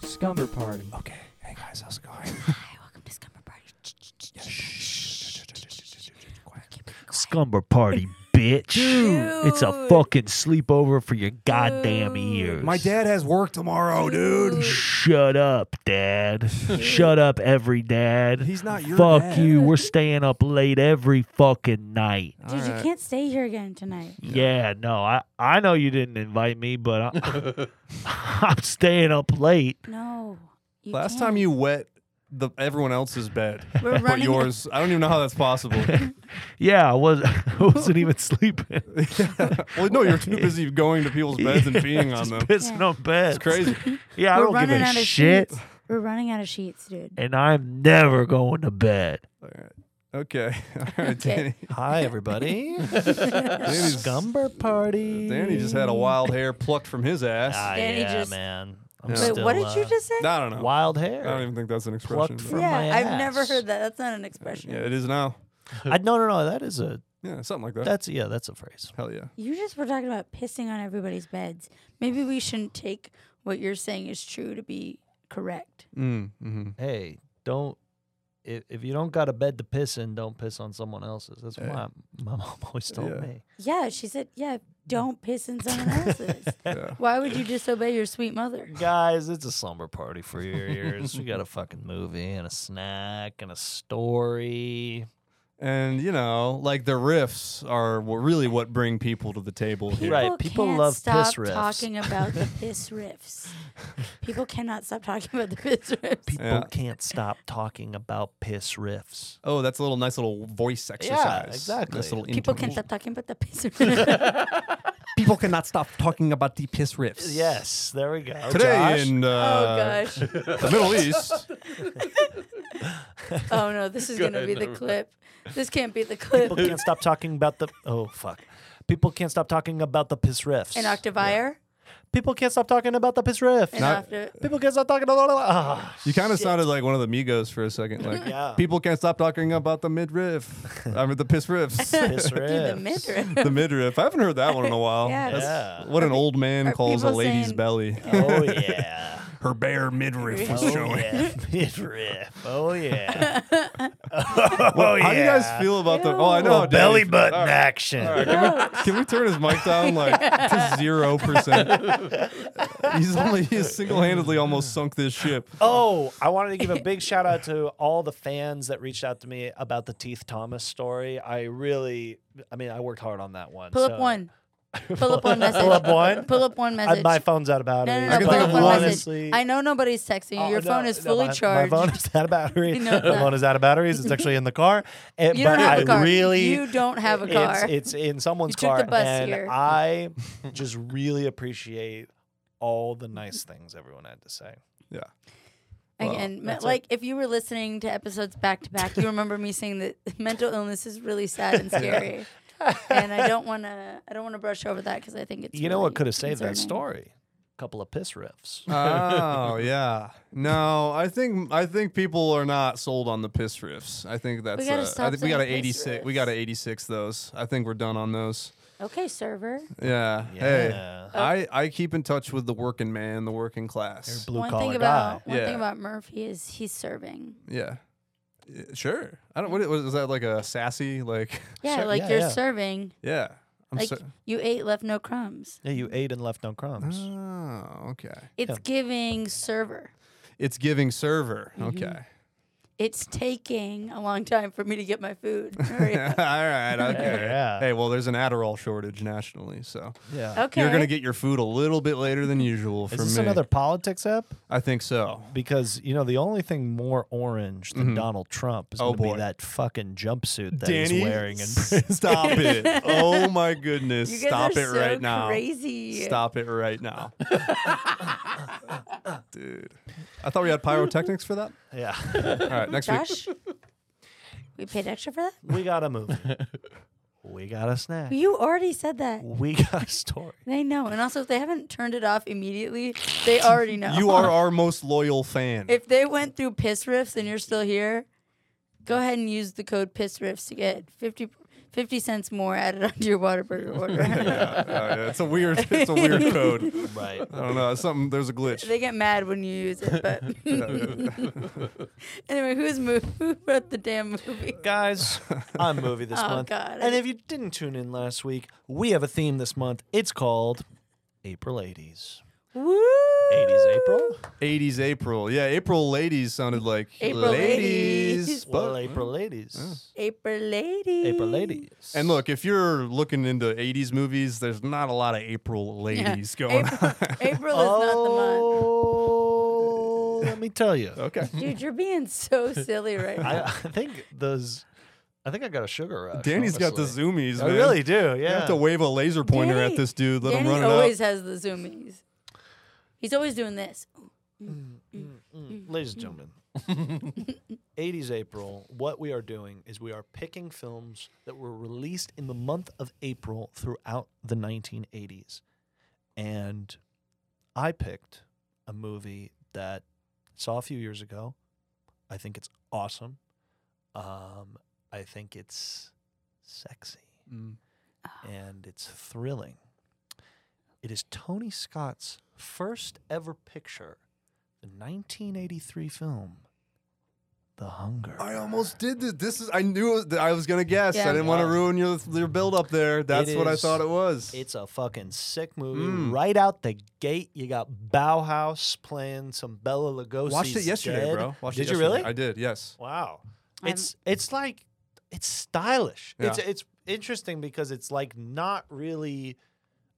Scumber Party. Okay. Hey guys, how's it going? Hi, welcome to Scumber Party. Shh, shh, shh, Yeah, shh, shh, shh, shh, shh, shh, shh, shh, shh, quiet. keep it quiet. Scumber party, bitch. It's a Dude. fucking sleepover for your goddamn Dude. ears. My dad has work tomorrow, dude. Shut up, dad. Shut up, every dad. He's not your Fuck dad. you. We're staying up late every fucking night. All Dude, right. you can't stay here again tonight. Yeah, no, I, I know you didn't invite me, but I, I'm staying up late. No. you Last can't. time you wet the everyone else's bed, We're but running- yours. I don't even know how that's possible. Yeah, I was I wasn't even sleeping. well, no, you're too busy going to people's beds and peeing on Just them. pissing Yeah. on beds. It's crazy. Yeah, We're I don't running give out a of shit. sheets. We're running out of sheets, dude. And I'm never going to bed. All right. Okay. All right, Okay. Danny. Hi, everybody. Danny's- Scumber party. Danny just had a wild hair plucked from his ass. Ah, Danny yeah, just- man. I'm Wait, Wait, still, what did you uh, just say? I don't know. Wild I don't hair. even think that's an expression. Plucked but- from yeah, my I've never ass. heard that. That's not an expression. yeah, it is now. I, no, no, no. That is a. Yeah, something like that. That's yeah. That's a phrase. Hell yeah. You just were talking about pissing on everybody's beds. Maybe we shouldn't take what you're saying is true to be correct. Mm, hmm Hey, don't. If, if you don't got a bed to piss in, don't piss on someone else's. That's what Yeah. my, my mom always told Yeah. me. Yeah, she said, yeah, don't piss in someone else's. Yeah. Why would you disobey your sweet mother? Guys, it's a slumber party for your ears. we got a fucking movie and a snack and a story. And you know, like the riffs are wha- really what bring people to the table here. Right, people can't love stop piss riffs. talking about the piss riffs. People cannot stop talking about the piss riffs. People Yeah. can't stop talking about piss riffs. Oh, that's a little nice little voice exercise. exactly. Nice little People intonation. can't stop talking about the piss riffs. People cannot stop talking about the piss riffs. Yes, there we go. Today Josh. in oh uh, gosh. the Middle East, Oh no, this is gonna be the clip. This can't be the clip. people can't stop talking about the oh fuck. People can't stop talking about the piss riffs. An octavier. People can't stop talking about the piss riffs. An Not- octa- People can't stop talking about ah. you kind of sounded like one of the Migos for a second. Like, Yeah. people can't stop talking about the midriff. I mean, the piss riffs. piss Dude, the riffs. midriff. the midriff. I haven't heard that one in a while. Yeah. Yeah. What an old man are calls a people lady's saying- belly. Oh yeah. Her bare midriff is Oh showing. yeah. Midriff. Oh yeah. oh yeah. How do you guys feel about the? Oh, I know. Oh, how Danny belly feels. button All right. action. All right, can, we, can we turn his mic down like to zero percent? He's only he's single handedly almost sunk this ship. Oh, I wanted to give a big shout out to all the fans that reached out to me about the Teeth Thomas story. I really, I mean, I worked hard on that one. Pull so- up one. Pull up one message. Pull up one? Pull up one message. I, my phone's out of battery. no, no, I no. can Pull think up of one one. message. I know nobody's texting you. Oh, Your no, phone is no, fully my, charged. My phone is out of battery. No, it's my not. phone is out of batteries. It's actually in the car. And- you don't but have I a car. really, you don't have a it's, car. it's in someone's took the car. bus and here. I just really appreciate all the nice things everyone had to say. Yeah. Again, me- like if you were listening to episodes back to back, you remember me saying that mental illness is really sad and scary. and I don't want to. I don't want to brush over that because I think it's. you know what really could have saved that concerning. story? A couple of piss riffs. Oh yeah. No, I think I think people are not sold on the piss riffs. I think that's. gotta uh, stop I think we got to saying piss eighty six. We got to eighty six those. I think we're done on those. Okay, server. Yeah. Hey. Yeah. I, I keep in touch with the working man, the working class. Blue one collar thing guy. about one Yeah. thing about Murphy is he's serving. Yeah. Yeah, Sure. I don't. What what is that like a sassy like? Yeah, Ser- like yeah, you're yeah. serving. Yeah. I'm like so- you ate, left no crumbs. Yeah, you ate and left no crumbs. Uh, Oh, okay. It's Yeah. giving server. It's giving server. Mm-hmm. Okay. It's taking a long time for me to get my food. Hurry All up. right. Okay. Yeah. Hey, well, there's an Adderall shortage nationally, so Yeah. Okay. you're gonna get your food a little bit later than usual for Is this me. another politics app? I think so. Because you know the only thing more orange than Donald Trump is Oh, going to boy. be that fucking jumpsuit that he's wearing. in prison. stop it! Oh my goodness! You guys Stop are it so right now! Crazy. Stop it right now, dude! I thought we had pyrotechnics for that. yeah, All right, next week. Josh. we paid extra for that. we got a movie. we We got a snack. You already said that. We got a story. They know. And also, if they haven't turned it off immediately, they already know. You are our most loyal fan. If they went through piss riffs and you're still here, go ahead and use the code piss riffs to get 50, 50 cents more added onto your Whataburger order. yeah, yeah, yeah. It's a weird. It's a weird code. Right. I don't know. It's something. There's a glitch. they get mad when you use it. But anyway, who's mo- who wrote the damn movie? Guys, I'm movie this Oh, month. God. And if you didn't tune in last week, we have a theme this month. It's called April 80s. Woo! 80s April? 80s April. Yeah, April ladies sounded like April ladies. Well, but- April 80s. April lady. April ladies. And look, if you're looking into 80s movies, there's not a lot of April ladies going April, on. April is not the month. oh, let me tell you. Okay. Dude, you're being so silly right now. I, I think those. I think I got a sugar rush. Danny's got the honestly. zoomies, I man. really do. You Yeah. have to wave a laser pointer Danny- at this dude. Let Danny him run it always up. has the zoomies. He's always doing this. Mm, Ladies and gentlemen, 80s April, what we are doing is we are picking films that were released in the month of April throughout the 1980s. And I picked a movie that saw a few years ago. I think it's awesome. Um, I think it's sexy and it's thrilling. It is Tony Scott's first ever picture, the 1983 film, The Hunger. I almost did this. This is I knew that I was gonna guess. Yeah. I didn't want to Wow. ruin your your build up there. That's what I is- thought it was. It's a fucking sick movie. Mm. Right out the gate, you got Bauhaus playing some Bella Lugosi. Watched it yesterday, bro. Watched did it you yesterday. really? I did. Yes. Wow. I'm- It's it's like it's stylish. It's Yeah. it's interesting because it's like not really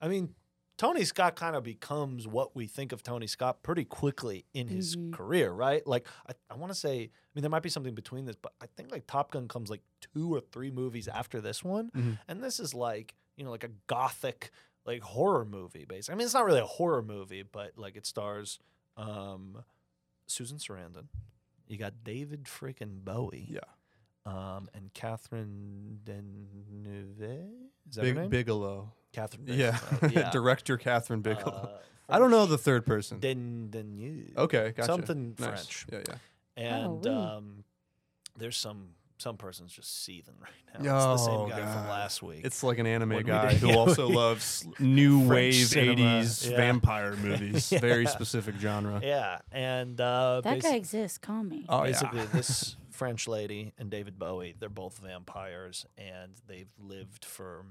I mean Tony Scott kind of becomes what we think of Tony Scott pretty quickly in his Mhm. career, right? Like I, I want to say, I mean, there might be something between this, but I think like Top Gun comes like two or three movies after this one, Mhm. and this is like you know like a gothic like horror movie. Basically, I mean, it's not really a horror movie, but like it stars um, Susan Sarandon. You got David freaking Bowie. Yeah. Um, and Catherine Deneuve. Is that her Big name? Bigelow. Catherine. Yeah. Deneuve, yeah. Director Catherine Bigelow. Uh, I don't know the third person. Den Deneuve. okay, gotcha. Something Nice. French. Yeah, yeah. And wee. um, there's some some person's just seething right now. it's the Oh, same guy God. from last week. It's like an When anime we guy did- who yeah, also we- loves new French wave cinema, 80s yeah. vampire movies. Yeah. Very specific genre. yeah, and uh, that basi- guy exists. Call me. Oh, basically this French lady and David Bowie, they're both vampires, and they've lived for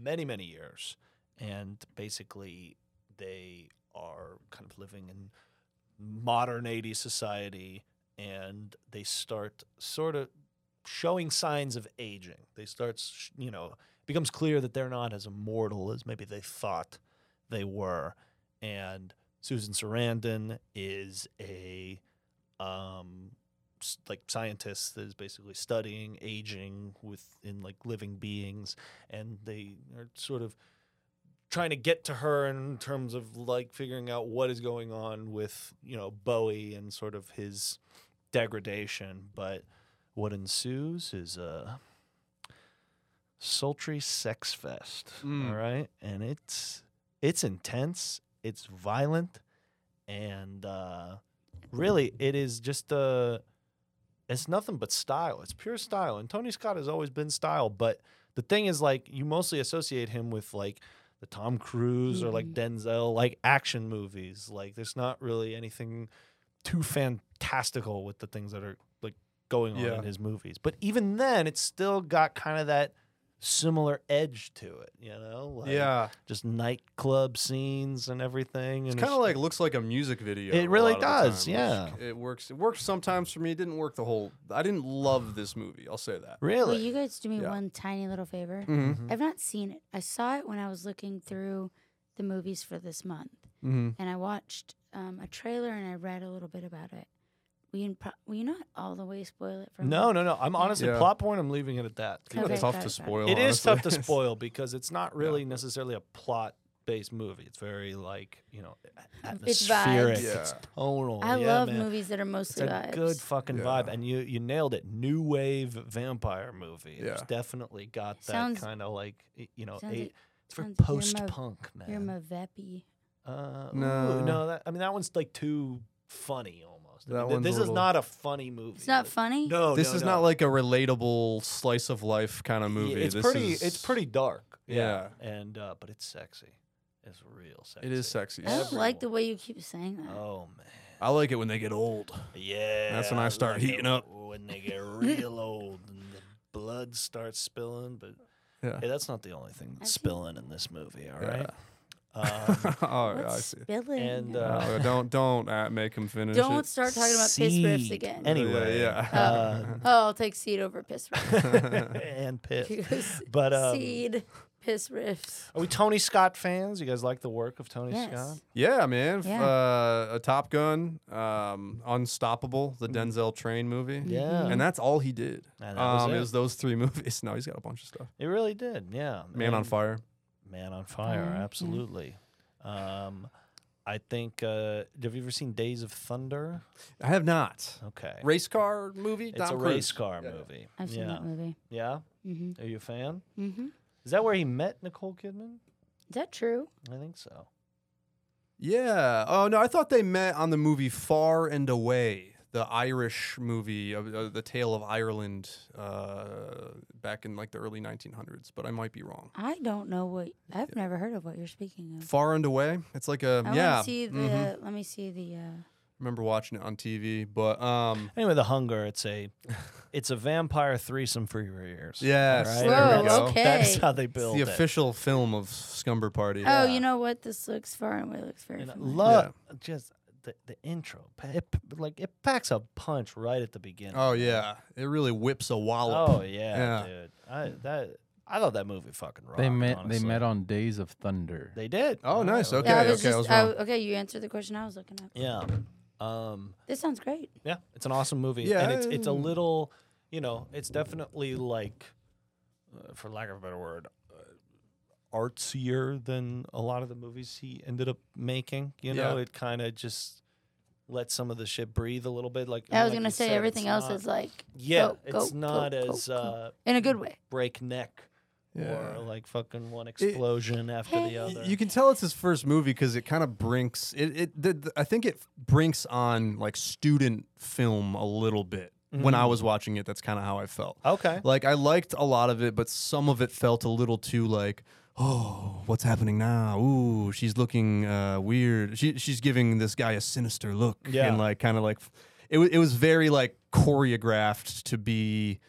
many many years, and basically they are kind of living in modern 80s society and they start sort of showing signs of aging. They start, s- you know, it becomes clear that they're not as immortal as maybe they thought they were. And Susan Sarandon is a um s- like scientist that is basically studying aging within like living beings and they are sort of trying to get to her in terms of like figuring out what is going on with you know Bowie and sort of his degradation. But what ensues is a sultry sex fest. All Mm. right, and it's it's intense. It's violent, and uh, really, it is just a. It's nothing but style. It's pure style, and Tony Scott has always been style. But the thing is, like, you mostly associate him with like the Tom Cruise or like Denzel, like action movies. Like there's not really anything too fantastical with the things that are like going on Yeah. in his movies. But even then, it's still got kind of that similar edge to it, you know? Like yeah. just nightclub scenes and everything. It's and kind of like looks like a music video. It a really lot of the does, time, yeah. which It works. It works sometimes for me. It didn't work the whole. I didn't love this movie. I'll say that. Will really you guys do me Yeah. one tiny little favor? Mm-hmm. I've not seen it. I saw it when I was looking through the movies for this month, Mm-hmm. and I watched um, a trailer and I read a little bit about it. Will you, pro- will you not all the way spoil it for me? No, no, no. I'm honestly Yeah. plot point. I'm leaving it at that. Okay, tough got it, got to it. spoil. It is tough to honestly. spoil because it's not really necessarily a plot based movie. It's very like you know a- It's vibes. atmospheric. It's Yeah. tonal. I Yeah, love man. movies that are It's mostly a vibes. good fucking Yeah. vibe, and you you nailed it. New wave vampire movie. It's Yeah. definitely got that Sounds- kind of like y- you know, sounds eight, like- it's for sounds like you're post my- punk You're man. my veppy. Uh, no, No. no. That, I mean, that one's like too funny almost. That I mean, th- one's a this little- is not a funny movie. It's not Like, funny. No, this no, is no. not like a relatable slice of life kind of Yeah, movie. It's This pretty. is- It's pretty dark. Yeah, and uh, but it's sexy. It's real sexy. It is sexy. I don't like the everyone. way you keep saying that. Oh man. I like it when they get old. Yeah. when I start it heating up. When they get real old and the blood starts spilling, but Yeah. hey, that's not the only thing I that's see. spilling in this movie, all right? Um, All right, What's Oh, I see. spilling? And, No, uh, don't don't uh, make him finish. Don't it. start talking about piss riffs seed. again. Any- Anyway, Yeah, yeah. uh, oh, I'll take seed over piss riffs. and piss. Because But um, seed, piss riffs. are we Tony Scott fans? You guys like the work of Tony Yes. Scott? Yeah, man. F- Yeah. Uh, a Top Gun, um, Unstoppable, the Denzel Train movie. Mm-hmm. Yeah. And that's all he did. And that was um, it. it. was those three movies. Now he's got a bunch of stuff. It really did, yeah. Man on And- Fire. Man on Fire, Fire, yeah. absolutely. Um, I think. Uh, have you ever seen Days of Thunder? I have not. Okay, Race car movie. it's Tom a Cruise. race car Yeah. movie. I've seen yeah, that movie. yeah. Mm-hmm. Are you a fan? Mm-hmm. Is Is that where he met Nicole Kidman? that true? I think so. Yeah. Oh no, I thought they met on the movie Far and Away, the Irish movie, of uh, the tale of Ireland, uh, back in like the early 1900s. But I might be wrong. I don't know what. I've never heard of what you're speaking of. Far and Away. It's like a I yeah. want to see the. mhm. Mm-hmm. Let me see the. Uh, Remember watching it on TV, but um. Anyway, The Hunger. It's a, it's a vampire threesome for your ears. Yes. All there we Whoa, go. okay. That's how they It's build the it. official film of Scumber Party. Oh, Yeah. you know what? This looks far and away. Looks very. And uh, I familiar. love just the, the intro. Pa- It, p- like it packs a punch right at the beginning. Oh man. yeah, it really whips a wallop. Oh yeah, Yeah. dude. I that I thought that movie fucking rocked. They met. They honestly. met on Days of Thunder. They did. Oh, Wow. nice, okay. Yeah, I was okay, I just, was I- wrong. okay, you answered the question I was looking at. Yeah. Um. This sounds great. Yeah. It's an awesome movie. Yeah, And it's it's a I- little, you know, it's definitely like, uh, for lack of a better word, uh, artsier than a lot of the movies he ended up making. You know, Yeah. it kind of just lets some of the shit breathe a little bit. Like I was like gonna you say said, everything it's else not- is like Yeah, go, it's go, not go, go, as go. uh, in a good way. breakneck Yeah. or like fucking one explosion after the other. You can tell it's his first movie because it kind of brinks it. it the, the- I think it brinks on like student film a little bit. Mm-hmm. When I was watching it, that's kind of how I felt. okay. Like I liked a lot of it, but some of it felt a little too like, oh, what's happening now? Ooh, she's looking uh, weird. She she's giving this guy a sinister look, Yeah. and like kind of like, it wa- it was very like choreographed to be.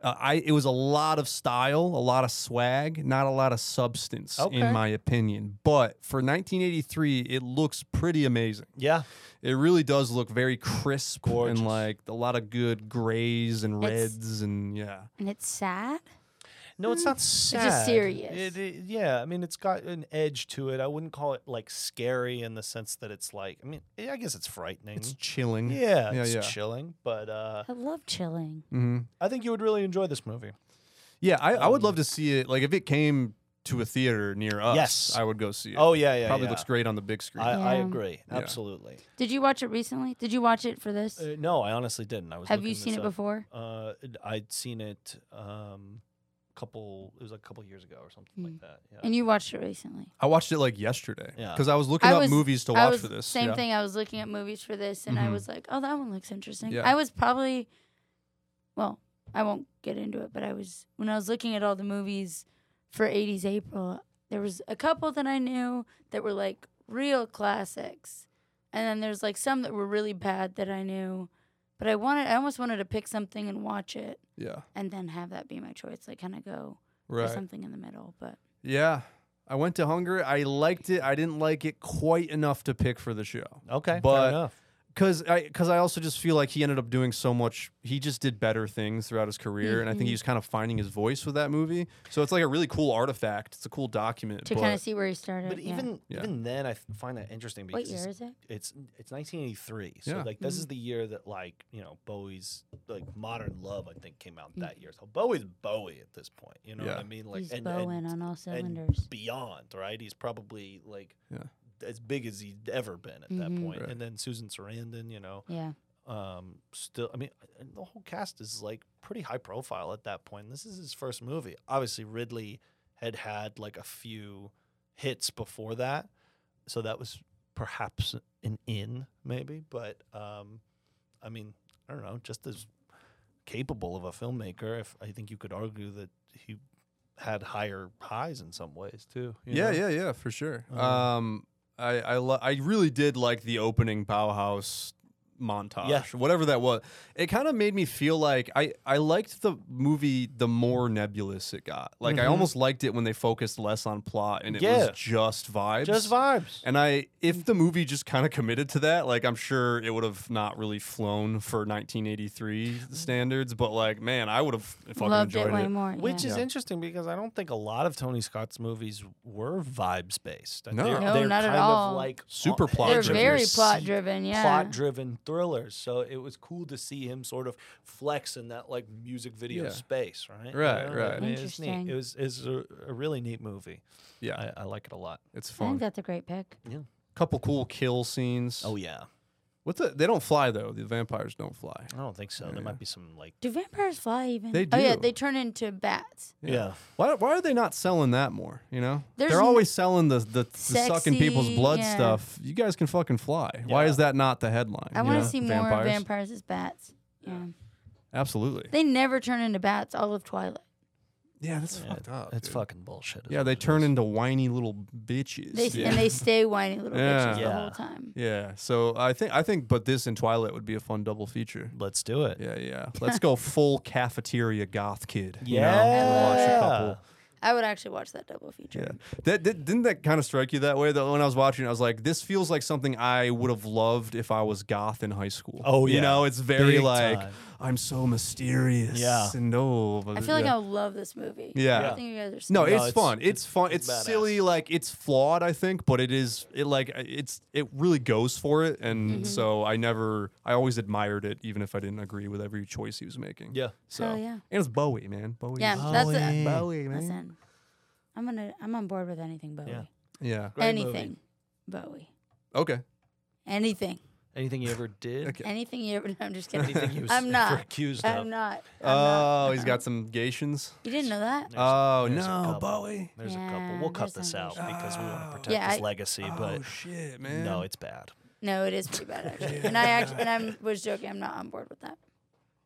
Uh, I it was a lot of style, a lot of swag, not a lot of substance, Okay. in my opinion. But for 1983, it looks pretty amazing. Yeah. It really does look very crisp Gorgeous. and like a lot of good grays and It's- reds and yeah. And it's sad. No, mm, it's not just sad. serious. It, it- yeah, I mean, it's got an edge to it. I wouldn't call it like scary in the sense that it's like. I mean, yeah, I guess it's frightening. It's chilling. yeah, yeah, it's yeah. chilling, but uh, I love chilling. hmm I think you would really enjoy this movie. Yeah, I, I would Um, love to see it. Like if it came to a theater near us, Yes. I would go see it. Oh yeah, yeah, probably yeah. looks great on the big screen. I, I Yeah. agree, Yeah. absolutely. Did you watch it recently? Did you watch it for this? Uh, no, I honestly didn't. I was. Have you looking seen this it up. before? Uh, it- I'd seen it um, couple. It was like a couple years ago or something Mm. like that. Yeah. And you watched it recently. I watched it like yesterday Yeah. because I was looking I up was- movies to I watch was, for this. Same yeah. thing. I was looking at movies for this, and I Mhm. was like, "Oh, that one looks interesting." Yeah. I was probably, well, I won't get into it, but I was when I was looking at all the movies for '80s April. There was a couple that I knew that were like real classics, and then there's like some that were really bad that I knew. But I wanted, I almost wanted to pick something and watch it, Yeah, and then have that be my choice, like kind of go for right. something in the middle. But Yeah, I went to Hungary. I liked it. I didn't like it quite enough to pick for the show. okay, fair but- enough. because I because I also just feel like he ended up doing so much. He just did better things throughout his career, and I think Mhm. he's kind of finding his voice with that movie. So it's like a really cool artifact. It's a cool document. to but- kind of see where he started. But yeah. even Yeah. even then, I f- find that interesting what because year Mm-hmm. is it's- it? it's it's 1983 so Yeah. like this is the year that like you know bowie's like modern love i think came out that year so bowie's bowie at this point you know what Yeah. i mean like Mm. He's and, Bowen and on all and cylinders. beyond right he's probably like Yeah. as big as he'd ever been at that Mhm. point. Right. and then susan sarandon you know yeah, um still i mean and the whole cast is like pretty high profile at that point this is his first movie obviously ridley had had like a few hits before that so that was perhaps an in maybe but um i mean i don't know just as capable of a filmmaker if i think you could argue that he had higher highs in some ways too you yeah, yeah, know? yeah, for sure. Um, Um, I I, lo- I really did like the opening Bauhaus montage, Yeah. whatever that was. It kind of made me feel like I I liked the movie the more nebulous it got. Like I Mhm. almost liked it when they focused less on plot and it was Yeah. just vibes. just vibes Mm. And I, if the movie just kind of committed to that, like I'm sure it would have not really flown for 1983 standards, but like, man, I would have fucking loved it enjoyed way it. more. Which yeah. is Yeah. interesting because I don't think a lot of Tony Scott's movies were vibes based. No. they're, No, they're not at kind all. Of like Super on plot they're edge of your very plot seat, driven. Yeah, plot-driven thrillers. So it was cool to see him sort of flex in that like music video Yeah. space, right? You Right, know, right. I mean, it was neat. Interesting. It was is a, a really neat movie. Yeah, I, I like it a lot. it's I think fun. that's a great pick. Couple cool kill scenes. Oh yeah, What's the, they don't fly though. The vampires don't fly. I don't think so. Yeah. There might be some like Do vampires fly even? They Oh yeah, do. they turn into bats. Yeah. Why, why are they not selling that more? You know, There's they're n- always selling the the, the sucking people's Sexy, blood yeah. stuff. You guys can fucking fly. Why Yeah. is that not the headline? I you want know? to see more vampires as bats. Yeah, Absolutely. they never turn into bats. All of Twilight. Yeah, that's Yeah, fucked up. That's dude. fucking bullshit. is Yeah, what they it turn is. into whiny little bitches. They yeah. and they stay whiny little bitches Yeah. the whole Yeah. time. Yeah, so I think I think, but this and Twilight would be a fun double feature. Let's do it. Yeah, yeah. Let's go full cafeteria goth kid. you know? Watch a Yeah. couple. I would actually watch that double feature. Yeah. That, that didn't that kind of strike you that way? That when I was watching, I was like, this feels like something I would have loved if I was goth in high school. Oh, you yeah. know, it's very Big like time. I'm so mysterious. Yeah. and oh, but- I feel like yeah. I would love this movie. Yeah. I think you guys are. No, No, it's, it's- fun. It's, it's- fun. It's, it's badass. silly. Like it's flawed, I think, but it is. It like it's it really goes for it, and Mm-hmm. so I never. I always admired it, even if I didn't agree with every choice he was making. Yeah. So Hell Oh, yeah. and it's Bowie, man. Bowie. Yeah, that's a, Bowie, man. listen. I'm gonna. I'm on board with anything Bowie. Yeah. Yeah. Great movie. anything Bowie. Okay. Anything. Anything you ever did? Okay. Yeah. Anything you ever. I'm just kidding. Anything he was I'm ever not. accused of? I'm not. I'm not. oh, he's got some gations. You didn't know that? There's- Oh there's a no, couple. Bowie. There's a Yeah, couple. We'll there's cut this some out because we want Oh. to protect Yeah, his I- legacy, Oh but shit, man. no, it's bad. No, it is pretty bad actually. And I actually, and I was joking. I'm not on board with that.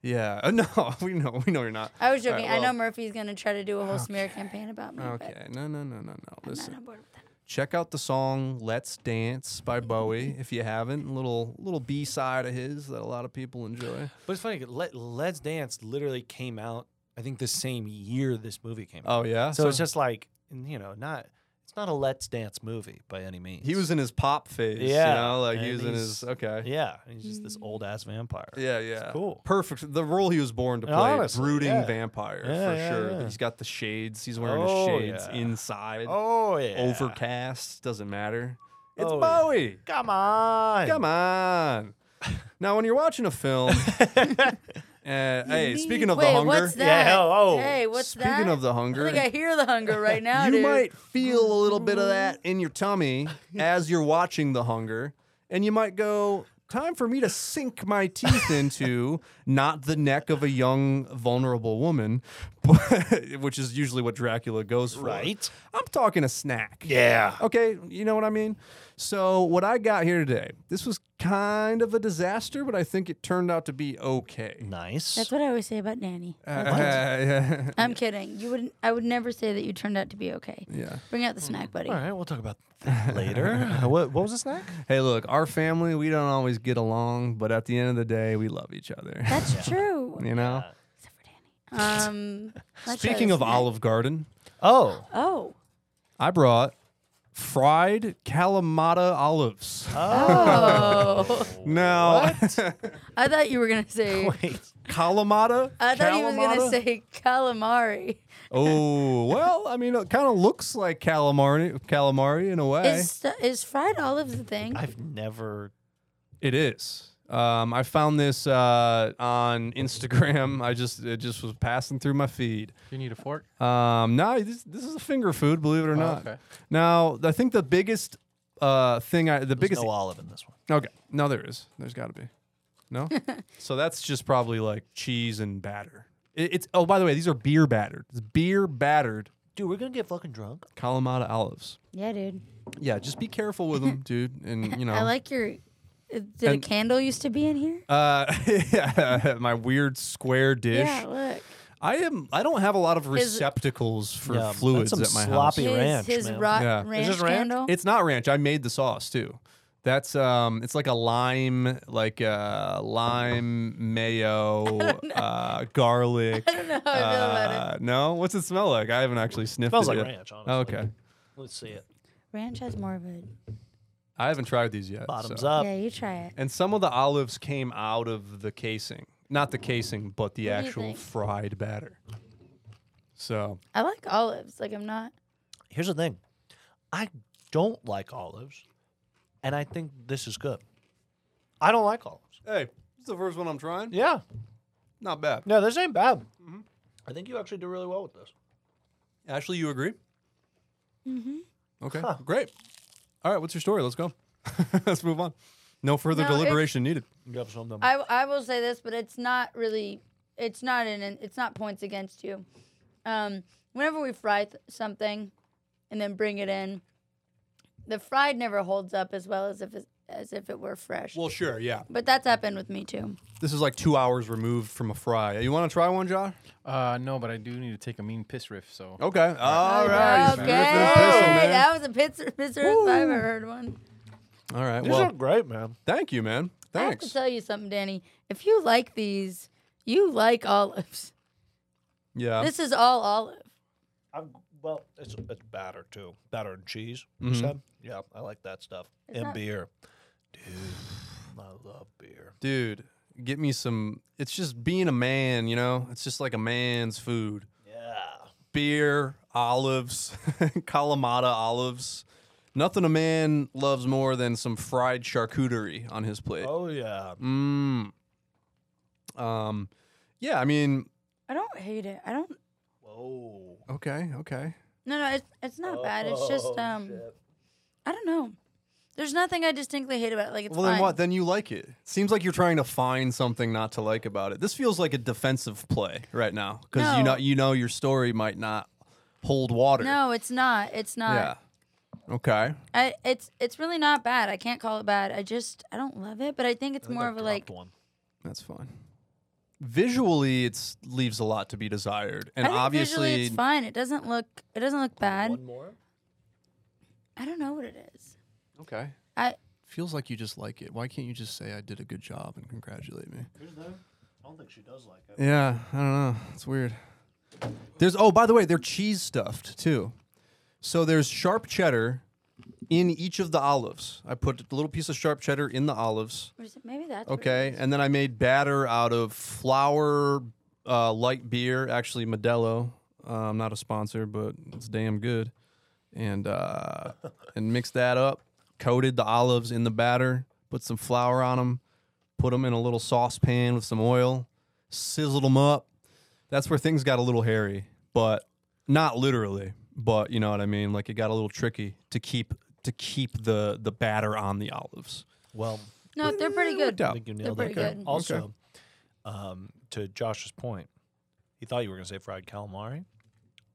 yeah. Uh, no, we know. We know you're not. I was All right, joking. I well- know Murphy's gonna try to do a whole smear campaign about me. Okay. No, no, no, no, no. But I'm Listen. not on board with that. check out the song "Let's Dance" by Bowie if you haven't. A little little B side of his that a lot of people enjoy. But it's funny. 'cause Let Let's Dance literally came out. I think the same year this movie came out. Oh yeah, so, it's just like you know, not it's not a Let's Dance movie by any means. he was in his pop phase. Yeah, you know, like he and was in he's- his okay. yeah, he's just Mm. this old ass vampire. Yeah, yeah, cool. perfect. The role he was born to play, And honestly, brooding yeah. vampire Yeah, for yeah, sure. yeah. He's got the shades. He's wearing Oh, his shades yeah. inside. Oh yeah. Overcast doesn't matter. It's Oh, yeah. Bowie. Come on. Come on. now, when you're watching a film, uh, hey, speaking of Wait, the hunger, what's that? Yeah, oh, oh. Hey, what's Speaking that? of the hunger, I think I hear the hunger right now, you dude. might feel a little bit of that in your tummy as you're watching The Hunger, and you might go, Time for me to sink my teeth into not the neck of a young, vulnerable woman, but, which is usually what Dracula goes for. Right. I'm talking a snack. Yeah. Okay, you know what I mean? So, what I got here today, this was kind of a disaster, but I think it turned out to be okay. Nice. That's what I always say about Nanny. Uh, That's what- yeah. I'm kidding. You wouldn't. I would never say that you turned out to be okay. yeah. Bring out the snack, buddy. All right, we'll talk about that later. what, what was the snack? Hey, look, our family, we don't always get along, but at the end of the day, we love each other. That's true. You know? Except for Danny. Um. let's try Speaking the of snack. Olive Garden, Oh, Oh, I brought fried Kalamata olives. Oh. Now, I thought you were gonna say. Wait. Kalamata. I thought he was gonna Kalamata? say calamari. Oh well, I mean, it kind of looks like calamari, calamari in a way. Is is fried olive the thing? I've never. It is. Um, I found this uh, on Instagram. I just it just was passing through my feed. Do you need a fork? Um, now this, this is a finger food, believe it or not. okay. Now I think the biggest uh, thing, I, the There's biggest no olive in this one. Okay. No, there is. There's got to be. No? so that's just probably like cheese and batter. It, it's Oh, by the way, these are beer battered. It's beer battered Dude, we're gonna get fucking drunk. Kalamata olives. yeah, dude. Yeah, just be careful with them, dude. And, you know. I like your. uh, Did a And- candle used to be in here? uh, yeah, uh, my weird square dish. Yeah, look. I am. I don't have a lot of Is- receptacles for Yeah, that's fluids some at my sloppy- house. his Be ranch, his man. rock Yeah. Is Uh, ranch this ranch? candle. It's not ranch. I made the sauce too. That's um. It's like a lime, like uh, lime mayo, uh, garlic. I don't know how I feel about it. Uh, no, what's it smell like? I haven't actually sniffed. smells it like yet. ranch. Honestly. Oh, okay, Let's see it. Ranch has more of a. I haven't tried these yet. Bottoms so- up. yeah, you try it. And some of the olives came out of the casing, not the casing, but the What do you actual think? fried batter. So I like olives. Like I'm not. Here's the thing. I don't like olives, and I think this is good. I don't like olives. hey, this is the first one I'm trying. Yeah. Not bad. No, this ain't bad. Mm-hmm. I think you actually do really well with this. Ashley, you agree? Mm-hmm. Okay, Huh. great. All right, what's your story? Let's go. Let's move on. No further No, it's- deliberation needed. You have something. I I will say this, but it's not really. It's not an. It's not points against you. Um, whenever we fry th- something, and then bring it in, the fried never holds up as well as if it's, as if it were fresh. Well, sure, yeah. but that's happened with me too. This is like two hours removed from a fry. You want to try one, Josh? Uh, no, but I do need to take a mean piss riff. So Okay. All right. Okay, Riff and pistol, man. that was a pizza, pizza if I ever heard one. All right. These well, are great, man. thank you, man. I have to Thanks. tell you something, Danny. If you like these, you like olives. Yeah. This is all olive. I'm, well, it's it's batter too. Batter and cheese. You Mhm. said? Yeah, I like that stuff. It's and not- beer, dude. I love beer. Dude, get me some. It's just being a man, you know? It's just like a man's food Yeah. beer, olives, Kalamata olives. Nothing a man loves more than some fried charcuterie on his plate. Oh yeah. Mmm. Um, yeah, I mean, I don't hate it. I don't. Whoa. okay, okay. No, no, it's it's not bad. It's just Oh, um, shit. I don't know. There's nothing I distinctly hate about it. Like it's Well, fine. then what? Then you like it. Seems like you're trying to find something not to like about it. This feels like a defensive play right now because you No. know you know your story might not hold water. No, it's not. It's not. Yeah. Okay. I it's it's really not bad. I can't call it bad. I just I don't love it, but I think it's I think more I of a like dropped one. That's fine. Visually, it leaves a lot to be desired, and I think visually obviously, it's fine. It doesn't look it doesn't look bad. One more. I don't know what it is. okay. I- feels like you just like it. Why can't you just say I did a good job and congratulate me? Here's the. I don't think she does like it. Yeah, I don't know. It's weird. There's oh, by the way, they're cheese stuffed too. So there's sharp cheddar in each of the olives. I put a little piece of sharp cheddar in the olives. Or is it- Maybe that's what it Okay, is. and then I made batter out of flour, uh, light beer, actually Modelo. Um, not a sponsor, but it's damn good. And uh, and mixed that up. Coated the olives in the batter. Put some flour on them. Put them in a little saucepan with some oil. Sizzled them up. That's where things got a little hairy, but not literally. But you know what I mean. Like it got a little tricky to keep to keep the the batter on the olives. Well, no, they're pretty good. I Yeah. think you nailed pretty it. good. Okay. Also, um, to Josh's point, he thought you were going to say fried calamari,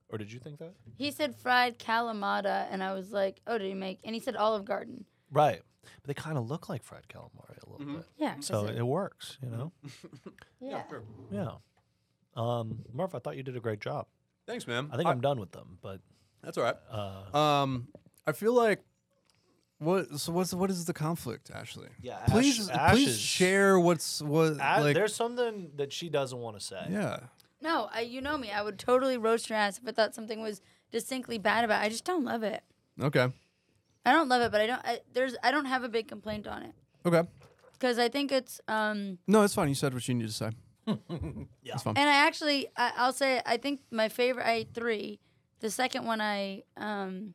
or did you think that? He said fried Kalamata, and I was like, "Oh, did he make?" And he said Olive Garden. Right, Mm-hmm. but they kind of look like fried calamari a little bit, Yeah. 'cause so it- it, works, you know. yeah. yeah. Um, Murph, I thought you did a great job. Thanks, man. I think I, am done with them, but That's all right. uh, Um, I feel like what? So what's what is the conflict, Ashley? Yeah, Ash- please, Ash please is- share what's what. I- like, there's something that she doesn't want to say. yeah, No, I, you know me. I would totally roast your ass if I thought something was distinctly bad about. it. I just don't love it. okay. I don't love it, but I don't. I, there's I don't have a big complaint on it Okay. because I think it's um. No, it's fine. You said what you needed to say. Yeah. It's fine. And I actually I, I'll say I think my favorite I ate three. The second one I um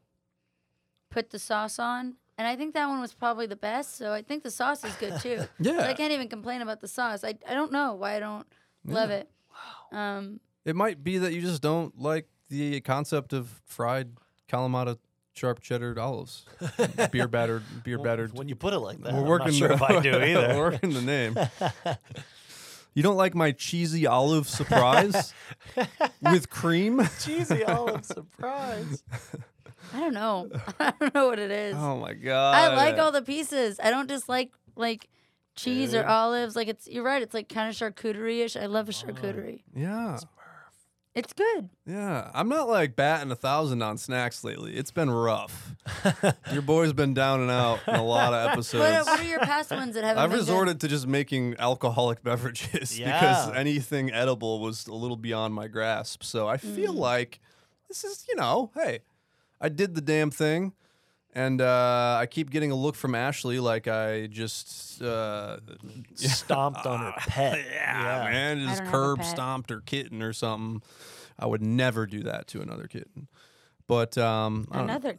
put the sauce on, and I think that one was probably the best. So I think the sauce is good too. So I Yeah. can't even complain about the sauce. I, I don't know why I don't love it. Wow. Um, It might be that you just don't like the concept of fried Kalamata sharp cheddar olives, beer battered, beer battered. When you put it like that, We're I'm working. not sure if I do We're either. working the name. You don't like my cheesy olive surprise with cream? Cheesy olive surprise. I don't know. I don't know what it is. Oh my god! I like all the pieces. I don't dislike like cheese or Dude. olives. Like it's you're right. It's like kind of charcuterie ish. I Oh. love a charcuterie. Yeah, It's good. yeah. I'm not like batting a thousand on snacks lately. It's been rough. Your boy's been down and out in a lot of What, are- episodes. what are your past ones that haven't? I've been good? resorted to just making alcoholic beverages because Yeah. anything edible was a little beyond my grasp. So I feel Mm. like this is, you know, hey, I did the damn thing. And uh, I keep getting a look from Ashley like I just. Uh, Stomped on her pet. Ah, yeah, man, I just don't have a curb pet. stomped her kitten or something. I would never do that to another kitten. But um, I don't know. Another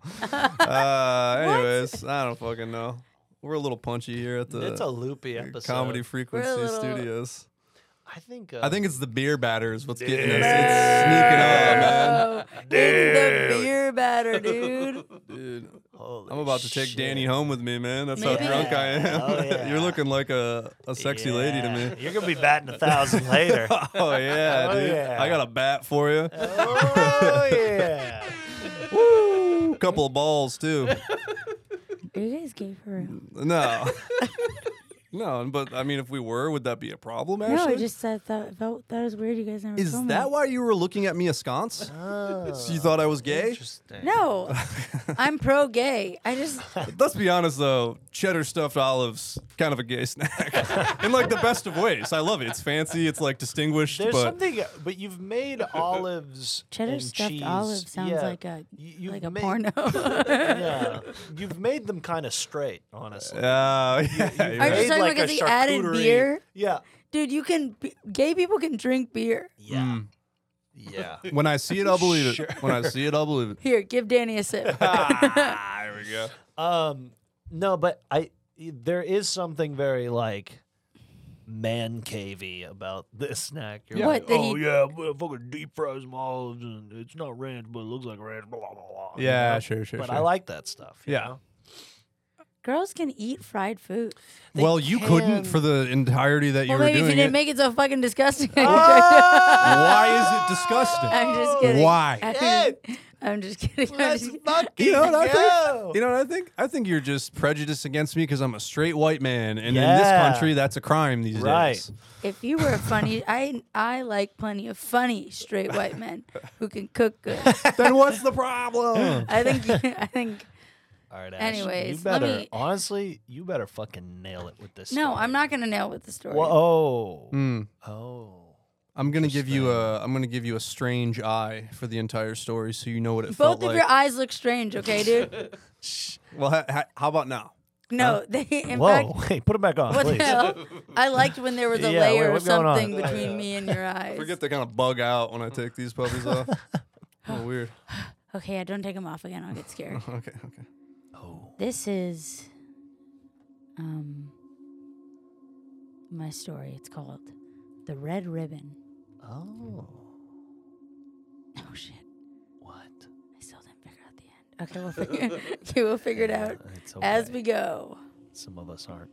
kid. uh, anyways, I don't fucking know. We're a little punchy here at the It's a loopy Your episode. Comedy Frequency little- Studios. I think. Uh, I think it's the beer batters what's getting us. It's sneaking on, man. Oh, in the beer batter, dude. Dude, holy I'm about to take shit. Danny home with me, man. That's Maybe. how drunk I am. Oh, yeah. You're looking like a, a sexy lady to Yeah. me. You're gonna be batting a thousand later. Oh yeah, Oh, dude. yeah. I got a bat for you. oh yeah. Woo! Couple of balls too. Are you guys gay for real? No. No, but I mean, if we were, would that be a problem, Ashley? No, I just I thought felt that was weird. You guys never Is told that me. why you were looking at me askance? Oh, So you thought I was gay? interesting. No, I'm pro gay. I just Let's be honest though, cheddar stuffed olives, kind of a gay snack. In like the best of ways. I love it. It's fancy, it's like distinguished, There's but something, uh, but you've made olives cheddar and stuffed cheese. olive sounds yeah. like a You- you've like a made- porno. yeah, you've made them kind of straight, honestly. uh, yeah, you're Are you right. Made just talking like about a 'cause he added charcuterie. beer? Yeah, Dude, you can be, gay people can drink beer. yeah, Mm. yeah. When I see it, I'll believe it. When I see it, I'll believe it. Here, give Danny a sip. ah, there we go. Um, no, but I there is something very like man cavey about this snack. You're Yeah. like, What, that oh he- yeah, I'm gonna fucking deep fry some olives, and it's not ranch, but it looks like ranch. Blah blah blah. you Yeah, know? sure, sure, But sure. I like that stuff. you Yeah. know? Girls can eat fried food. They well, you couldn't can- for the entirety that you well, were maybe if doing you didn't it. make it so fucking disgusting. Why is it disgusting? I'm just kidding. Why? I'm just, I'm just kidding. I'm Let's just kidding. fucking You know what I go. think? You know what I think? I think you're just prejudiced against me because I'm a straight white man, and in this Yeah. country, that's a crime these Right. days. If you were funny, I I like plenty of funny straight white men who can cook good. then what's the problem? I think I think All right. Anyways, you let better me- honestly, you better fucking nail it with this. no, story. I'm not gonna nail with the story. Whoa. Hmm. Oh. I'm gonna give you a I'm gonna give you a strange eye for the entire story, so you know what it Both felt of like. your eyes look strange, okay, dude? well, ha- ha- how about now? No, they in fact Whoa. hey, put it back on, What please. the hell? I liked when there was a Yeah, layer wait, or what's going on? something between me and your eyes. Forget to kind of bug out when I take these puppies off. Oh, weird. Okay, I don't take them off again. I'll get scared. Okay, okay. Oh. this is um my story. It's called The Red Ribbon. Oh. Oh shit. What? I still didn't figure out the end. Okay, we'll figure okay, we'll figure it out It's as okay. we go. Some of us aren't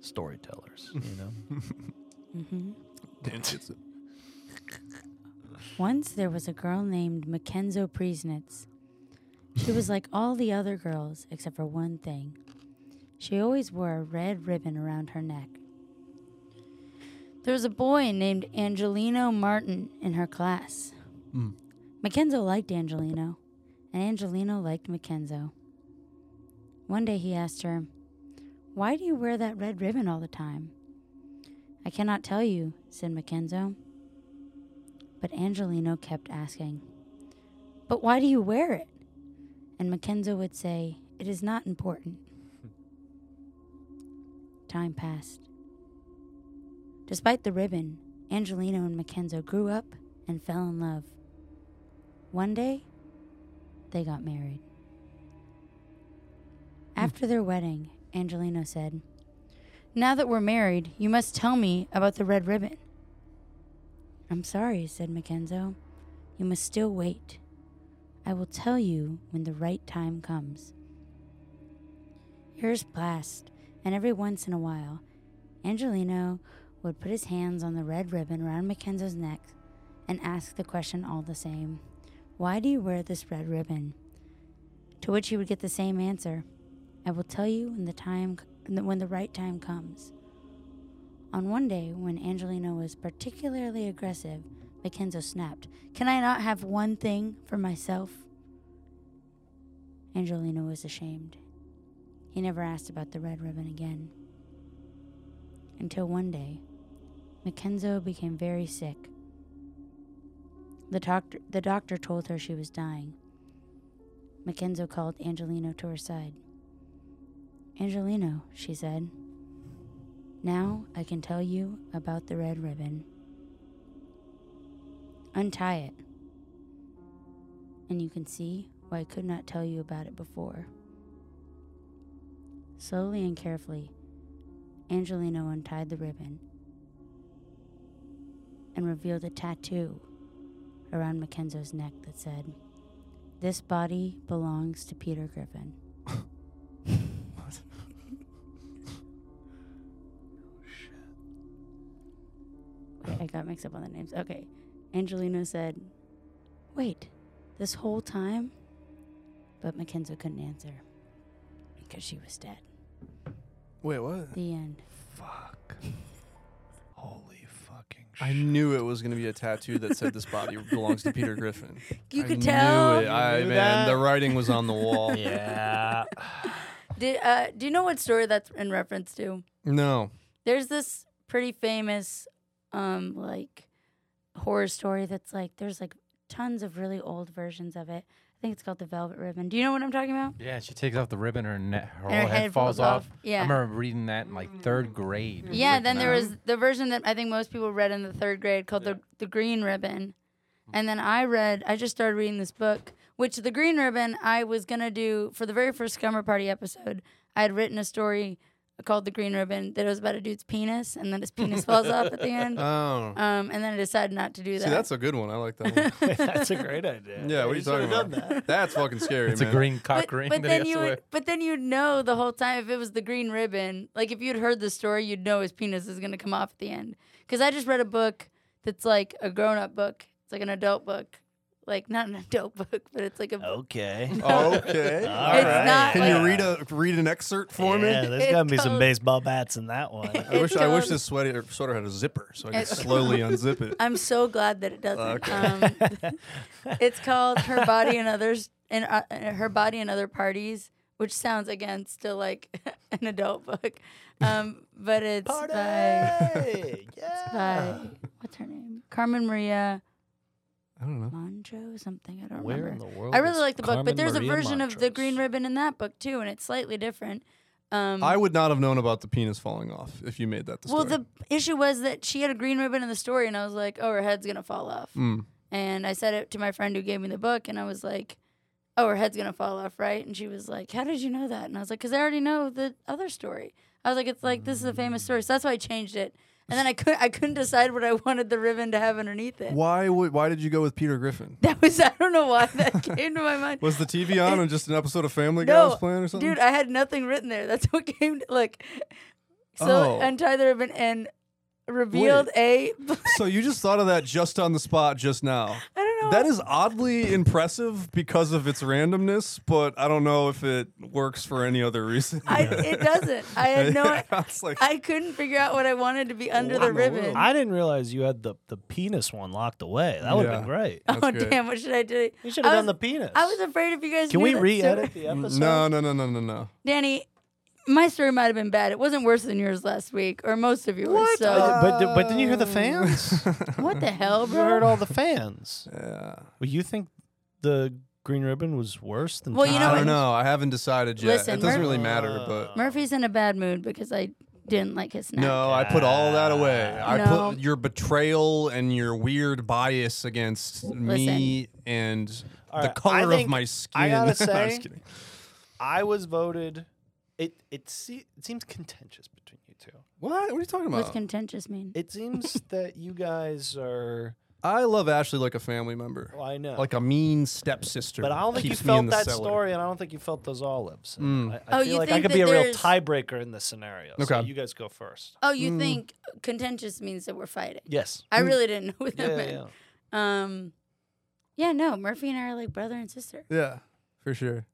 storytellers, you know. hmm Dan gets it. Once there was a girl named Mackenzo Priesnitz. She was like all the other girls except for one thing. She always wore a red ribbon around her neck. There was a boy named Angelino Martin in her class. Mm. Mackenzo liked Angelino, and Angelino liked Mackenzo. One day he asked her, Why do you wear that red ribbon all the time? I cannot tell you, said Mackenzo. But Angelino kept asking, But why do you wear it? And Mackenzie would say, It is not important. Time passed. Despite the ribbon, Angelino and Mackenzie grew up and fell in love. One day, they got married. After their wedding, Angelino said, Now that we're married, you must tell me about the red ribbon. I'm sorry, said Mackenzo. You must still wait. I will tell you when the right time comes. Years passed, and every once in a while, Angelino would put his hands on the red ribbon around Mackenzo's neck and ask the question all the same Why do you wear this red ribbon? To which he would get the same answer I will tell you when the time c- when the right time comes. On one day, when Angelina was particularly aggressive, Mackenzo snapped, Can I not have one thing for myself? Angelina was ashamed. He never asked about the red ribbon again. Until one day, Mackenzo became very sick. The doctor, the doctor told her she was dying. Mackenzo called Angelino to her side. Angelino, she said, now I can tell you about the red ribbon. Untie it. And you can see why I could not tell you about it before. Slowly and carefully, Angelino untied the ribbon and revealed a tattoo around Mackenzo's neck that said, This body belongs to Peter Griffin. Wait, I got mixed up on the names. Okay. Angelino said, Wait, this whole time? But Mackenzie couldn't answer because she was dead. Wait, what? The end. Fuck. Holy fucking shit. I knew it was gonna be a tattoo that said this body belongs to Peter Griffin. You I could knew tell. it. I man, knew that? the writing was on the wall. Yeah. Did, uh, do you know what story that's in reference to? No. There's this pretty famous, um, like horror story that's like there's like tons of really old versions of it. I think it's called the Velvet Ribbon. Do you know what I'm talking about? Yeah, she takes off the ribbon, her net, her whole And her head, falls, off. Yeah. I remember reading that in like third grade. Mm-hmm. Yeah, then freaking there out. was the version that I think most people read in the third grade called the the Green Ribbon, Mm-hmm. and then I read. I just started reading this book, which the Green Ribbon I was gonna do for the very first Scummer Party episode. I had written a story called the Green Ribbon that was about a dude's penis, and then his penis falls off at the end. Oh. Um, and then I decided not to do that. See, that's a good one. I like that one. That's a great idea. Yeah, what are you talking should've about? Done that. That's fucking scary, It's a man. green cock but, ring. but that then he you has to wear. would, but then you'd know the whole time if it was the green ribbon. Like if you'd heard the story, you'd know his penis is gonna come off at the end. Because I just read a book that's like a grown-up book. It's like an adult book, like not an adult book, but it's like a. Oh. book. Okay. Oh, Okay. All It's right. not Can you Yeah. read a read an excerpt for Yeah, me? there's It gotta be some tells- baseball bats in that one. I wish I wish tells- this sweater sweater had a zipper so I could It- slowly unzip it. I'm so glad that it doesn't. Okay. Um, it's called her body and others and uh, her body and other parties, which sounds again still like an adult book, um, but it's Party! by yeah. by what's her name? Carmen Maria I don't know. Monjo something. I don't Where in remember. the world? I really is like the book, Carmen but there's Maria a version of the Montrose? Green Ribbon in that book too, and it's slightly different. Um, I would not have known about the penis falling off if you made that the well, story. the issue was that she had a green ribbon in the story, and I was like, "Oh, her head's gonna fall off." Mm. And I said it to my friend who gave me the book, and I was like, "Oh, her head's gonna fall off, right?" And she was like, "How did you know that?" And I was like, "Cause I already know the other story." I was like, "It's like this is a famous story," so that's why I changed it. And then I could I couldn't decide what I wanted the ribbon to have underneath it. Why would why did you go with Peter Griffin? That was I don't know why that came to my mind. Was the TV on and just an episode of Family Guy No, was playing or something? Dude, I had nothing written there. That's what came to look. So Oh. untie the ribbon and revealed a so you just thought of that just on the spot just now. I don't know. That is oddly impressive because of its randomness, but I don't know if it works for any other reason. I, it doesn't. I had no. It's like- I couldn't figure out what I wanted to be under What the in the world? ribbon. Oh, I didn't realize you had the, the penis one locked away. That would have been Yeah. great. oh That's great. damn! What should I do? You should I have done was- the penis. I was afraid if you guys. Can knew we that re-edit story- the episode? "Mm, no, no, no, no, no, no. Danny, my story might have been bad. It wasn't worse than yours last week or most of yours. What? So Uh, but di- but didn't you hear the fans? what the hell, You heard bro? all the fans. Yeah. Well, you think the Green Ribbon was worse than. Well, you Teen know I don't what? Titans? know. I haven't decided yet. Listen, Uh, it doesn't Murph- really matter, but Murphy's in a bad mood because I didn't like his snack. no, I put all that away. I No. put your betrayal and your weird bias against me and All the right, I color of think- my skin. I gotta I'm just say- kidding. I was voted. It it, se- it seems contentious between you two. What? What are you talking What's about? contentious mean? It seems that you guys are. I love Ashley like a family member, Well, I know. like a mean stepsister. but I don't think you keeps me in felt the that cellar. story, and I don't think you felt those olives. And I, I Oh, feel you like I think could that be a real there's- tiebreaker in this scenario. So Okay. you guys go first. oh, you think contentious means that we're fighting? Yes. I really didn't know what that Yeah, meant. yeah. Um, yeah, no, Murphy and I are like brother and sister. Yeah, for sure.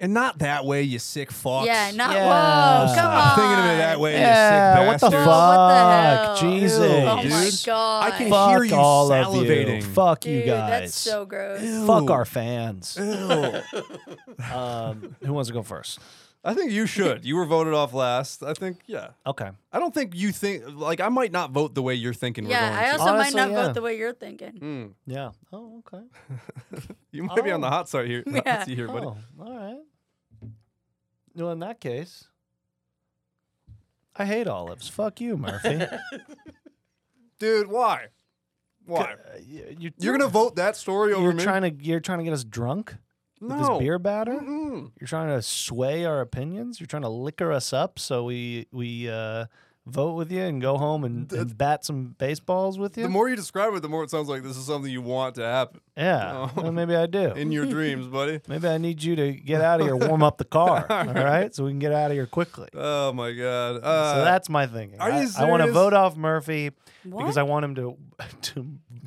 And not that way, you sick fox. Yeah, not Yeah. whoa, come on. Stop thinking of it that way. Yeah, you sick what the bastard. Girl, what the hell? fuck? Ew. Jesus. Oh Dude. my god, I can Fuck hear you all salivating. of you. Fuck Dude, you guys. That's so gross. Fuck Ew. our fans. Ew. um, who wants to go first? I think you should. You were voted off last. I think, yeah. Okay. I don't think you think, like, I might not vote the way you're thinking Yeah, we're I going also to. Honestly, might not yeah. vote the way you're thinking. Mm. Yeah. Oh, okay. You might be on the hot side here. Yeah. hot seat here, buddy. Oh, all right. Well, in that case, I hate olives. Fuck you, Murphy. Dude, why? Why? uh, you, You're going to vote that story over You're me? trying to. You're trying to get us drunk no. with this beer batter. Mm-mm. You're trying to sway our opinions. You're trying to liquor us up so we we uh, vote with you and go home and, and bat some baseballs with you. The more you describe it, the more it sounds like this is something you want to happen yeah, Oh. well, maybe I do. in your dreams, buddy. Maybe I need you to get out of here, warm up the car, all right, Uh, so we can get out of here quickly. Oh, my God. Uh, so that's my thinking. are I, you I want to serious? vote off Murphy because What? I want him to to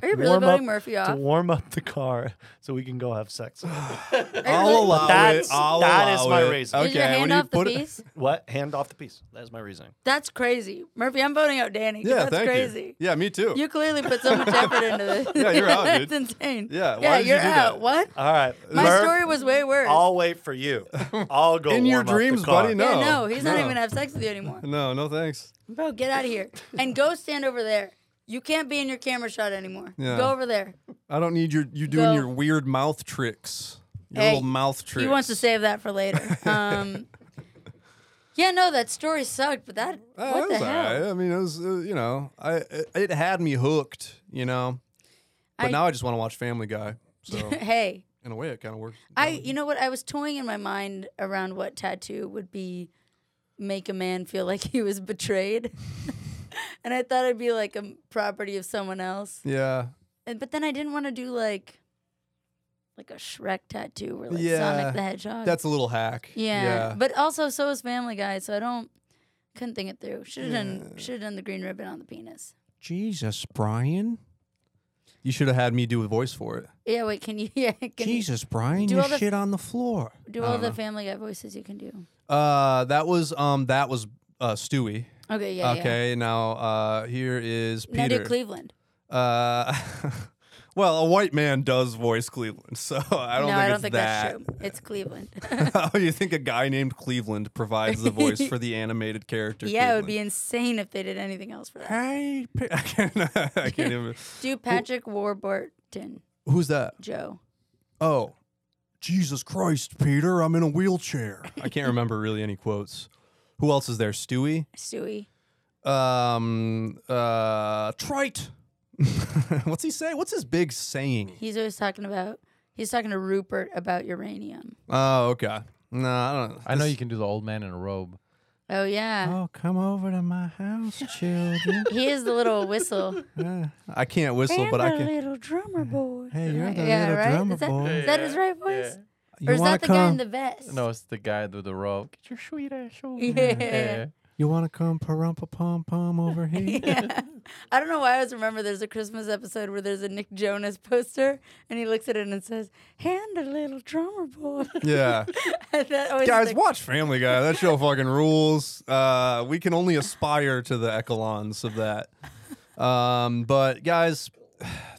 Are you really warm voting up Murphy to off? warm up the car so we can go have sex. Are you I'll really- allow That's- it. I'll that is allow my it. reason. Okay, Did your when hand you off the put it- piece? what? Hand off the piece. That is my reasoning. That's crazy, Murphy. I'm voting out Danny. 'cause Yeah, that's thank crazy. you. Yeah, me too. You clearly put so much effort into this. Yeah, you're out, that's dude. insane. Yeah, why yeah, did you you're do out. that? What? All right, My Murph, story was way worse. I'll wait for you. I'll go In your warm up the dreams, car. buddy, yeah, No, no, he's not no. even gonna have sex with you anymore. no, no, thanks. Bro, get out of here and go stand over there. You can't be in your camera shot anymore. Yeah. Go over there. I don't need your you doing Go. your weird mouth tricks. Your Hey, little mouth tricks. He wants to save that for later. Um, yeah, no, that story sucked, but that Uh, what it the was hell? alright. I mean, it was uh, you know, I it, it had me hooked, you know. But I- now I just want to watch Family Guy. So um, hey, in a way, it kind of works. I you know what? I was toying in my mind around what tattoo would be make a man feel like he was betrayed. and I thought it'd be like a property of someone else. Yeah, And, but then I didn't want to do like like a Shrek tattoo or like Yeah, Sonic the Hedgehog. that's a little hack. Yeah. yeah. But also, so is Family Guy, so I don't. Couldn't think it through. Should have done. Yeah. Should have done the green ribbon on the penis. Jesus, Brian, you should have had me do a voice for it. Yeah. Wait. Can you? Yeah. Can Jesus, Brian, do you all the- shit on the floor. You do I all don't the know. Family Guy voices you can do. Uh, that was um, that was uh, Stewie. Okay. Yeah. Yeah. okay, now uh, here is Now do Peter. Cleveland. Uh, well, a white man does voice Cleveland, so I don't no, think I don't it's think that. that's true. It's Cleveland. How you think a guy named Cleveland provides the voice for the animated character? yeah, it would be Cleveland? insane if they did anything else for that. Hey, Pe- I can't. I can't even. Do Patrick Warburton, Who's that? Joe. Oh, Jesus Christ, Peter! I'm in a wheelchair. I can't remember really any quotes. Who else is there? Stewie. Stewie. Um. Uh. Trite. What's he say? What's his big saying? He's always talking about. He's talking to Rupert about uranium. Oh, okay. No, I don't. I know this- you can do the old man in a robe. Oh yeah. Oh, come over to my house, children. He is the little whistle. Uh, I can't whistle, Oh. but I the can. little drummer boy. Hey, you're the yeah, little right? drummer is that, boy. Is that his right voice? You Or is wanna that the guy in come- the vest? no, it's the guy with the robe. Get your sweet ass over Yeah. here. Yeah. You want to come parumpa pom pom over here? Yeah. I don't know why I always remember there's a Christmas episode where there's a Nick Jonas poster and he looks at it and says, Hand a little drummer boy. yeah. That always Guys, stuck- watch Family Guy. That show fucking rules. Uh, we can only aspire to the echelons of that. Um, but guys,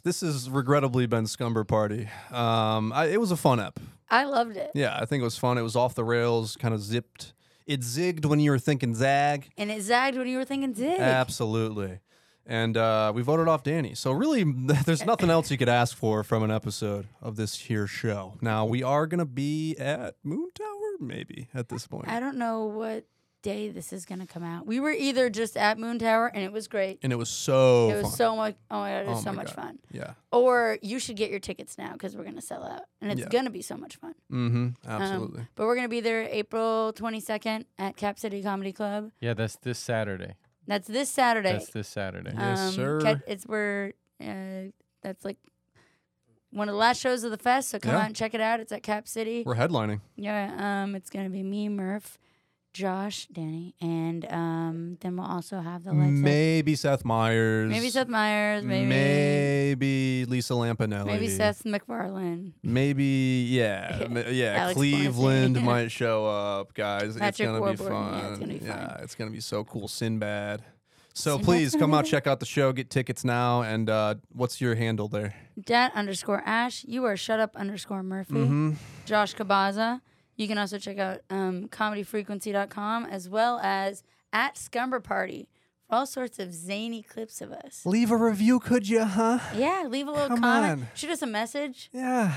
this has regrettably been Scumber Party. Um, I, it was a fun ep. I loved it. Yeah, I think it was fun. It was off the rails, kind of zipped. It zigged when you were thinking zag. And it zagged when you were thinking, Dick. Absolutely. And uh, we voted off Danny. So, really, there's nothing else you could ask for from an episode of this here show. Now, we are going to be at Moon Tower, maybe, at this point. I don't know what day this is gonna come out. We were either just at Moon Tower and it was great. And it was so it was fun. so much. Oh my god, it was Oh so my God. much fun. yeah. Or you should get your tickets now because we're gonna sell out, and it's Yeah. gonna be so much fun. Mm-hmm. Absolutely. Um, But we're gonna be there April 22nd at Cap City Comedy Club. Yeah, that's this Saturday. That's this Saturday. That's this Saturday. Uh, Yeah. Yes, sir. ca- It's where uh, that's like one of the last shows of the fest. So come Yeah. out and check it out. It's at Cap City. We're headlining. Yeah. Um, it's gonna be me, Murph, Josh, Danny, and um, then we'll also have the lights. up. Maybe Seth Meyers. Maybe Seth Meyers. Maybe Maybe Lisa Lampanelli. maybe Seth McFarlane. Maybe yeah, Yeah. ma- yeah. Alex Cleveland Bornstein. might show up, guys. it's Patrick gonna be Warburton, fun. yeah, it's gonna be Yeah, fun. it's gonna be so cool. Sinbad. So Sinbad's please gonna come be out, there. check out the show, get tickets now. And uh, what's your handle there? Dat underscore Ash. You are shut up underscore Murphy. Mm-hmm. Josh Cabaza. You can also check out um, comedyfrequency.com as well as at Scumber Party for all sorts of zany clips of us. Leave a review, could you? Huh? Yeah, leave a little Come comment. on. Shoot us a message. Yeah.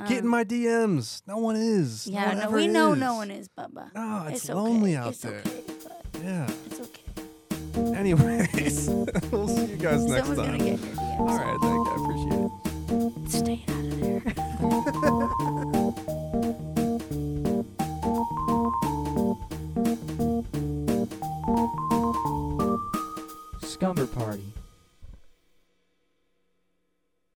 get in Um, my DMs. No one is. Yeah, one no, ever we know is. no one is, Bubba. No, it's, okay. lonely out it's there. Okay, but Yeah. it's okay. Anyways, we'll see you guys next Someone's time. gonna get your DMs. All right, thank you. I appreciate it. Stay out of there.